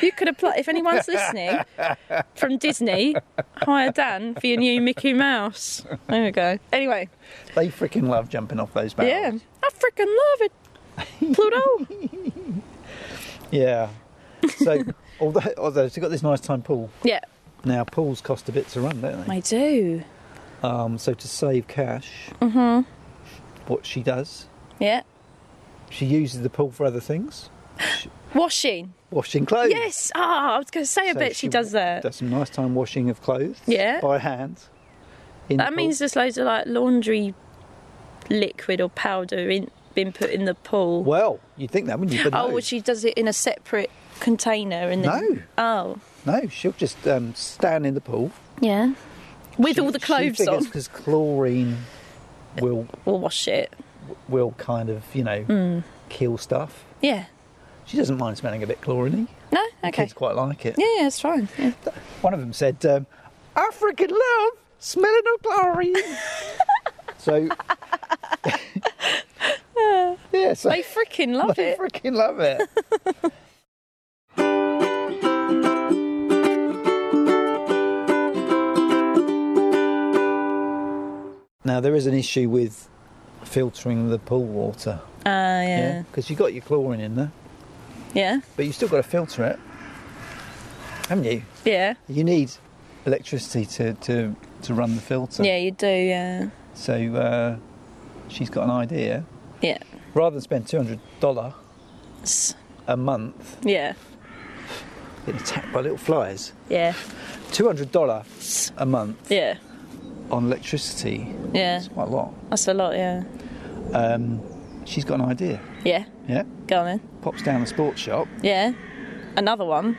Speaker 2: You could apply if anyone's listening from Disney, hire Dan for your new Mickey Mouse. There we go. Anyway,
Speaker 3: They freaking love jumping off those
Speaker 2: yeah,
Speaker 3: barrels.
Speaker 2: I freaking love it. Pluto.
Speaker 3: Yeah. So, although although they've got this nice time pool
Speaker 2: yeah,
Speaker 3: now, pools cost a bit to run, don't they?
Speaker 2: I do.
Speaker 3: Um, so to save cash,
Speaker 2: Mm-hmm.
Speaker 3: what she does,
Speaker 2: Yeah,
Speaker 3: she uses the pool for other things,
Speaker 2: washing.
Speaker 3: washing clothes.
Speaker 2: Yes. Ah, I was going to say. I
Speaker 3: Oh. So
Speaker 2: bet she, does that.
Speaker 3: Does some nice time washing of clothes.
Speaker 2: Yeah.
Speaker 3: By hand. in the
Speaker 2: that
Speaker 3: pool.
Speaker 2: means there's loads of like laundry liquid or powder in, been put in the pool.
Speaker 3: Well, you'd think that, wouldn't you? But
Speaker 2: Oh,
Speaker 3: no.
Speaker 2: well, she does it in a separate container and then. No. Oh,
Speaker 3: No, she'll just um, stand in the pool
Speaker 2: yeah. With all the clothes on,
Speaker 3: because chlorine will
Speaker 2: we'll wash it.
Speaker 3: will kind of you know
Speaker 2: Mm.
Speaker 3: kill stuff.
Speaker 2: Yeah.
Speaker 3: She doesn't mind smelling a bit chlorine.
Speaker 2: No.
Speaker 3: The
Speaker 2: Okay.
Speaker 3: kids quite like it.
Speaker 2: Yeah, yeah, it's fine. Yeah.
Speaker 3: One of them said, um, "I freaking love smelling of chlorine." so, yeah, so
Speaker 2: They freaking love
Speaker 3: they
Speaker 2: it.
Speaker 3: freaking love it. now there is an issue with filtering the pool water,
Speaker 2: Ah, yeah.
Speaker 3: because you got your chlorine in there,
Speaker 2: yeah.
Speaker 3: but you still got to filter it, haven't you?
Speaker 2: Yeah.
Speaker 3: You need electricity to, to, to run the filter.
Speaker 2: Yeah, you do. Yeah.
Speaker 3: So uh, she's got an idea.
Speaker 2: Yeah.
Speaker 3: Rather than spend two hundred dollar
Speaker 2: S-
Speaker 3: a month
Speaker 2: Yeah.
Speaker 3: getting attacked by little flies.
Speaker 2: Yeah.
Speaker 3: $200 a month
Speaker 2: Yeah.
Speaker 3: on electricity.
Speaker 2: Yeah.
Speaker 3: That's quite a lot.
Speaker 2: That's a lot, yeah.
Speaker 3: Um, she's got an idea.
Speaker 2: Yeah.
Speaker 3: Yeah.
Speaker 2: Go on then.
Speaker 3: Pops down the sports shop.
Speaker 2: Yeah. Another one.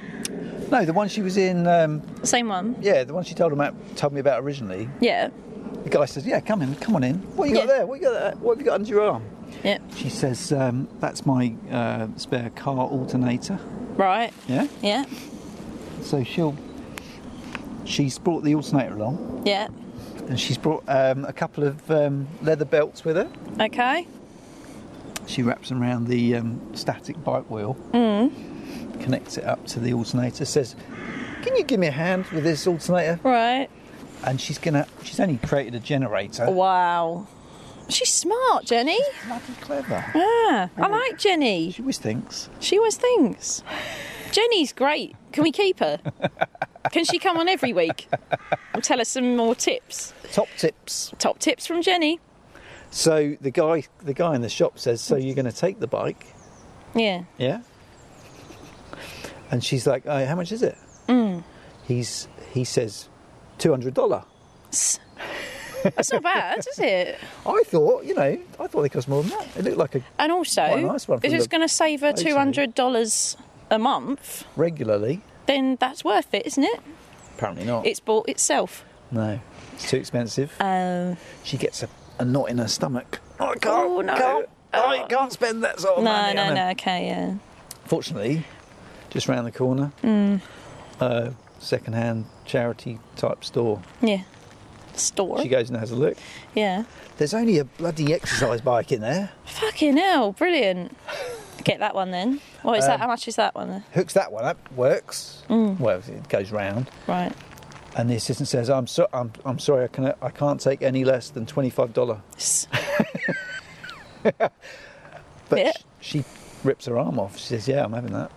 Speaker 3: No, the one she was in, um,
Speaker 2: Same one.
Speaker 3: yeah, the one she told, him about, told me about originally.
Speaker 2: Yeah.
Speaker 3: The guy says, Yeah, come in, come on in. What you got
Speaker 2: Yeah.
Speaker 3: there? What you got there? What have you got under your arm?
Speaker 2: Yeah.
Speaker 3: She says, um, That's my uh, spare car alternator.
Speaker 2: Right.
Speaker 3: Yeah.
Speaker 2: Yeah.
Speaker 3: So she'll. She's brought the alternator along,
Speaker 2: Yeah.
Speaker 3: and she's brought um, a couple of um, leather belts with her.
Speaker 2: Okay.
Speaker 3: She wraps them around the um, static bike wheel, connects it up to the alternator. Says, "Can you give me a hand with this alternator?"
Speaker 2: Right.
Speaker 3: And she's gonna. She's only created a generator.
Speaker 2: Wow. She's smart, Jenny.
Speaker 3: Bloody clever.
Speaker 2: Yeah. I like Jenny.
Speaker 3: She always thinks.
Speaker 2: She always thinks. Jenny's great. Can we keep her? Can she come on every week and tell us some more tips?
Speaker 3: Top tips.
Speaker 2: Top tips from Jenny.
Speaker 3: So the guy, the guy in the shop says, "So you're going to take the bike?"
Speaker 2: Yeah.
Speaker 3: Yeah. And she's like, oh, "How much is it?"
Speaker 2: Mm.
Speaker 3: He's he says, two hundred dollar.
Speaker 2: S- That's not bad, is it?
Speaker 3: I thought, you know, I thought they cost more than that. It looked like a
Speaker 2: And also,
Speaker 3: Quite a nice one
Speaker 2: if
Speaker 3: from
Speaker 2: it's
Speaker 3: the
Speaker 2: going to save her
Speaker 3: bakery.
Speaker 2: two hundred dollars a month,
Speaker 3: regularly.
Speaker 2: then that's worth it, isn't it?
Speaker 3: Apparently not.
Speaker 2: It's bought itself.
Speaker 3: no, it's too expensive.
Speaker 2: Um,
Speaker 3: She gets a, a knot in her stomach. I can't,
Speaker 2: Oh, no.
Speaker 3: can't,
Speaker 2: Oh.
Speaker 3: I can't spend that sort of
Speaker 2: no,
Speaker 3: money. on
Speaker 2: no,
Speaker 3: it.
Speaker 2: no. Okay, yeah.
Speaker 3: Fortunately, just round the corner,
Speaker 2: Mm.
Speaker 3: uh, second-hand charity type store.
Speaker 2: Yeah. Store.
Speaker 3: She goes and has a look.
Speaker 2: yeah.
Speaker 3: There's only a bloody exercise bike in there.
Speaker 2: Fucking hell, brilliant. Get that one then. What is
Speaker 3: Um,
Speaker 2: that? How much is that one?
Speaker 3: hooks that one up, works.
Speaker 2: Mm.
Speaker 3: Well, it goes round,
Speaker 2: Right.
Speaker 3: and the assistant says, "I'm so, I'm, I'm sorry, I can I can't take any less than twenty five dollar."
Speaker 2: S-
Speaker 3: But
Speaker 2: Yeah.
Speaker 3: sh- she, rips her arm off. She says, "Yeah, I'm having that."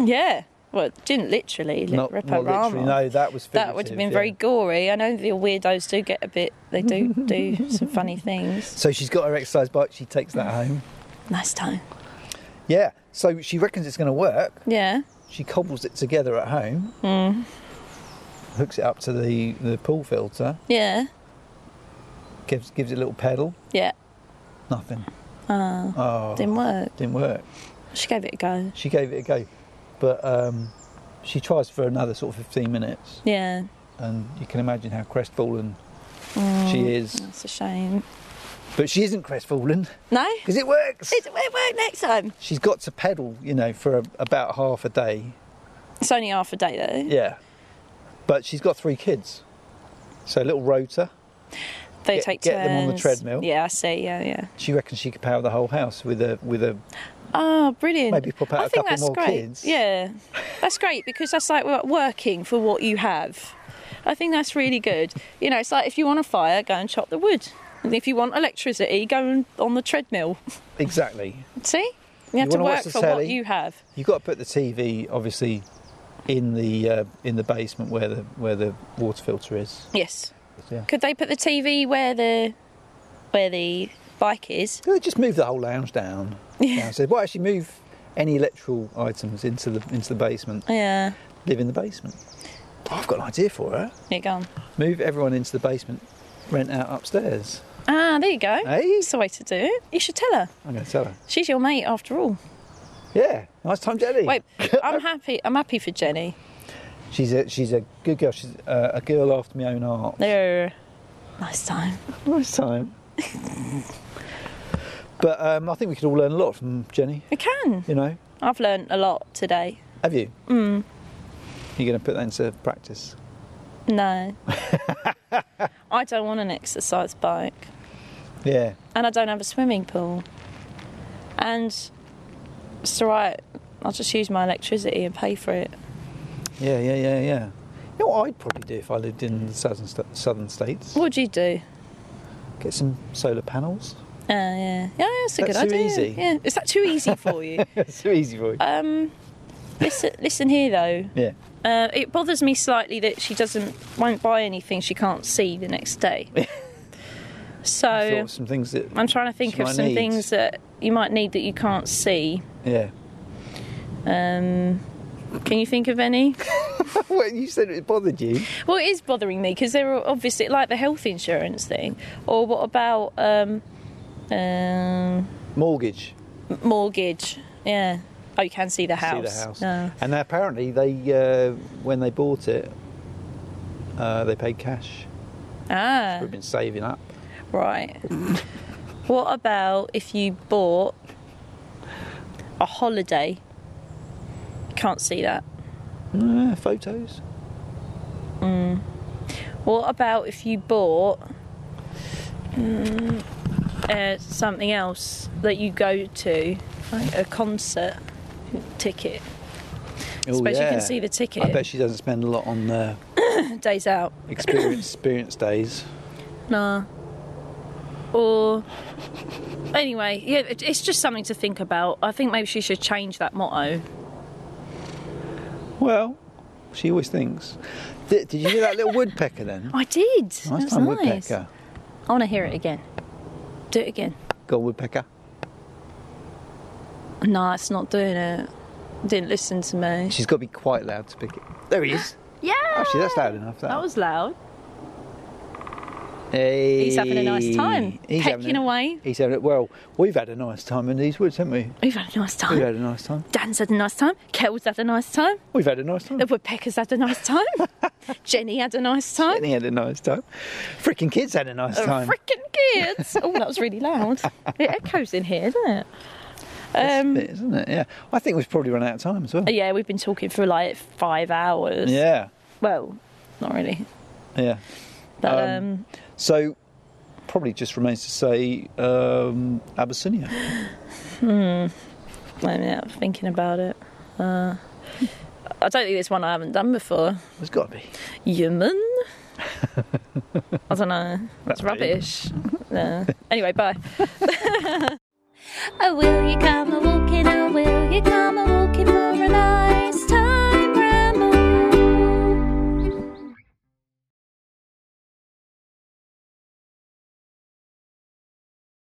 Speaker 2: Yeah. Well, it didn't literally li-
Speaker 3: Not,
Speaker 2: rip her
Speaker 3: not
Speaker 2: arm
Speaker 3: literally.
Speaker 2: off.
Speaker 3: No, that was
Speaker 2: That would have
Speaker 3: figurative,
Speaker 2: been
Speaker 3: yeah.
Speaker 2: very gory. I know the weirdos do get a bit. They do do some funny things.
Speaker 3: So she's got her exercise bike. She takes that
Speaker 2: Mm.
Speaker 3: home.
Speaker 2: Nice time.
Speaker 3: Yeah. So she reckons it's going to work.
Speaker 2: Yeah. Hmm.
Speaker 3: She cobbles it together at home. Hooks it up to the, the pool filter.
Speaker 2: Yeah.
Speaker 3: Gives gives it a little pedal.
Speaker 2: Yeah.
Speaker 3: Nothing.
Speaker 2: Oh,
Speaker 3: Oh,
Speaker 2: didn't work.
Speaker 3: didn't work.
Speaker 2: She gave it a go.
Speaker 3: she gave it a go, but um, she tries for another sort of 15 minutes,
Speaker 2: Yeah.
Speaker 3: and you can imagine how crestfallen
Speaker 2: Mm.
Speaker 3: she is.
Speaker 2: That's a shame.
Speaker 3: But she isn't crestfallen
Speaker 2: No?
Speaker 3: because it works.
Speaker 2: It, it worked next time.
Speaker 3: She's got to pedal, you know, for a, about half a day.
Speaker 2: It's only half a day though.
Speaker 3: Yeah, but she's got three kids, so a little rotor.
Speaker 2: They
Speaker 3: Get-
Speaker 2: take
Speaker 3: get
Speaker 2: turns.
Speaker 3: them on the treadmill.
Speaker 2: Yeah, I see. Yeah, yeah.
Speaker 3: She reckons she could power the whole house with a with a.
Speaker 2: Oh, brilliant.
Speaker 3: Maybe pop out
Speaker 2: I
Speaker 3: a
Speaker 2: think
Speaker 3: couple
Speaker 2: that's
Speaker 3: more
Speaker 2: great.
Speaker 3: kids.
Speaker 2: Yeah. That's great because that's like wo- working for what you have. I think that's really good. You know, it's like if you want a fire, go and chop the wood. And if you want electricity, go and- on the treadmill.
Speaker 3: Exactly.
Speaker 2: See? You have to
Speaker 3: wanna watch
Speaker 2: work
Speaker 3: the
Speaker 2: for what
Speaker 3: telly?
Speaker 2: you have.
Speaker 3: You've got to put the TV, obviously, in the uh, in the basement where the where the water filter is.
Speaker 2: Yes.
Speaker 3: Yeah.
Speaker 2: Could they put the TV where the where the bike is?
Speaker 3: They just move the whole lounge down.
Speaker 2: Yeah.
Speaker 3: downstairs. Well, actually, move any electrical items into the into the basement.
Speaker 2: Yeah.
Speaker 3: Live in the basement. Oh, I've got an idea for her.
Speaker 2: Yeah, go on.
Speaker 3: Move everyone into the basement. Rent out upstairs.
Speaker 2: Ah, there you go.
Speaker 3: Hey.
Speaker 2: That's the way to do it. You should tell her.
Speaker 3: I'm going to tell her.
Speaker 2: She's your mate after all.
Speaker 3: Yeah, nice time, Jenny.
Speaker 2: Wait, I'm happy. I'm happy for Jenny.
Speaker 3: she's a she's a good girl. She's uh, a, a girl after my own heart.
Speaker 2: There. Nice time.
Speaker 3: Nice time. but um, I think we could all learn a lot from Jenny.
Speaker 2: We can.
Speaker 3: You know,
Speaker 2: I've learnt a lot today.
Speaker 3: have you? Mm. You're going to put that into practice.
Speaker 2: No. I don't want an exercise bike.
Speaker 3: Yeah.
Speaker 2: And I don't have a swimming pool. And it's alright. I'll just use my electricity and pay for it.
Speaker 3: Yeah, yeah, yeah, yeah. You know what I'd probably do if I lived in the southern, st- southern states?
Speaker 2: What would you do?
Speaker 3: Get some solar panels.
Speaker 2: Uh, yeah. Yeah, that's a
Speaker 3: That's
Speaker 2: good
Speaker 3: too
Speaker 2: idea.
Speaker 3: easy.
Speaker 2: Yeah. Is that too easy for you?
Speaker 3: That's too easy for you.
Speaker 2: um listen listen here though.
Speaker 3: yeah.
Speaker 2: Uh, it bothers me slightly that she doesn't won't buy anything she can't see the next day.
Speaker 3: Thought
Speaker 2: so
Speaker 3: of some things that.
Speaker 2: I'm trying to think
Speaker 3: she
Speaker 2: of
Speaker 3: might
Speaker 2: some
Speaker 3: need.
Speaker 2: things that you might need that you can't see.
Speaker 3: Yeah.
Speaker 2: Um, can you think of any?
Speaker 3: well, you said it bothered you.
Speaker 2: Well, it is bothering me because there are obviously like the health insurance thing, or what about um, um,
Speaker 3: Mortgage.
Speaker 2: mortgage? Yeah. Oh, you can see the house.
Speaker 3: See the house.
Speaker 2: Yeah.
Speaker 3: And they- apparently, they uh, when they bought it, uh, they paid cash.
Speaker 2: Ah,
Speaker 3: We've been saving up.
Speaker 2: right. what about if you bought a holiday? Can't see that.
Speaker 3: Uh, photos.
Speaker 2: What about if you bought mm, uh, something else that you go to, like a concert ticket?
Speaker 3: Oh,
Speaker 2: Suppose you can see the ticket.
Speaker 3: I bet she doesn't spend a lot on uh,
Speaker 2: Days out.
Speaker 3: experience experience days.
Speaker 2: Nah. Or anyway, yeah, it- it's just something to think about. I think maybe she should change that motto.
Speaker 3: Well, she always thinks. Did, did you hear that little woodpecker then?
Speaker 2: I did.
Speaker 3: Nice
Speaker 2: That's
Speaker 3: time,
Speaker 2: nice.
Speaker 3: woodpecker.
Speaker 2: I want to hear it again. Do it again.
Speaker 3: Go on, woodpecker.
Speaker 2: No, it's not doing it. Didn't listen to me.
Speaker 3: She's got to be quite loud to pick it. There he is.
Speaker 2: Yeah. Oh,
Speaker 3: Actually, that's loud enough. That,
Speaker 2: That was loud.
Speaker 3: Hey.
Speaker 2: He's having a nice time,
Speaker 3: having
Speaker 2: pecking
Speaker 3: a-
Speaker 2: away.
Speaker 3: He's having it. Well, we've had a nice time in these woods, haven't we?
Speaker 2: We've had a nice
Speaker 3: We've
Speaker 2: time.
Speaker 3: had a nice time.
Speaker 2: Dan's had a nice time. Kel's had a nice time.
Speaker 3: We've had a nice time.
Speaker 2: The woodpeckers had a nice time. Jenny had a nice
Speaker 3: And
Speaker 2: time.
Speaker 3: he had a nice time. Freaking kids had a nice
Speaker 2: The
Speaker 3: time.
Speaker 2: Freaking kids! Oh, that was really loud. It echoes in here, doesn't it?
Speaker 3: That's
Speaker 2: Um,
Speaker 3: it, isn't it? Yeah. I think we've probably run out of time as well.
Speaker 2: yeah, we've been talking for like five hours.
Speaker 3: Yeah.
Speaker 2: Well, not really.
Speaker 3: Yeah.
Speaker 2: But um,
Speaker 3: Um, So probably just remains to say um, Abyssinia.
Speaker 2: I mean, I'm thinking about it. Uh, I don't think there's one I haven't done before.
Speaker 3: There's got to be.
Speaker 2: Yemen. I don't know. That's
Speaker 3: That's deep.
Speaker 2: rubbish. No. Anyway, bye.
Speaker 1: Oh, will you come a walking? Oh, will you come a walking for a night?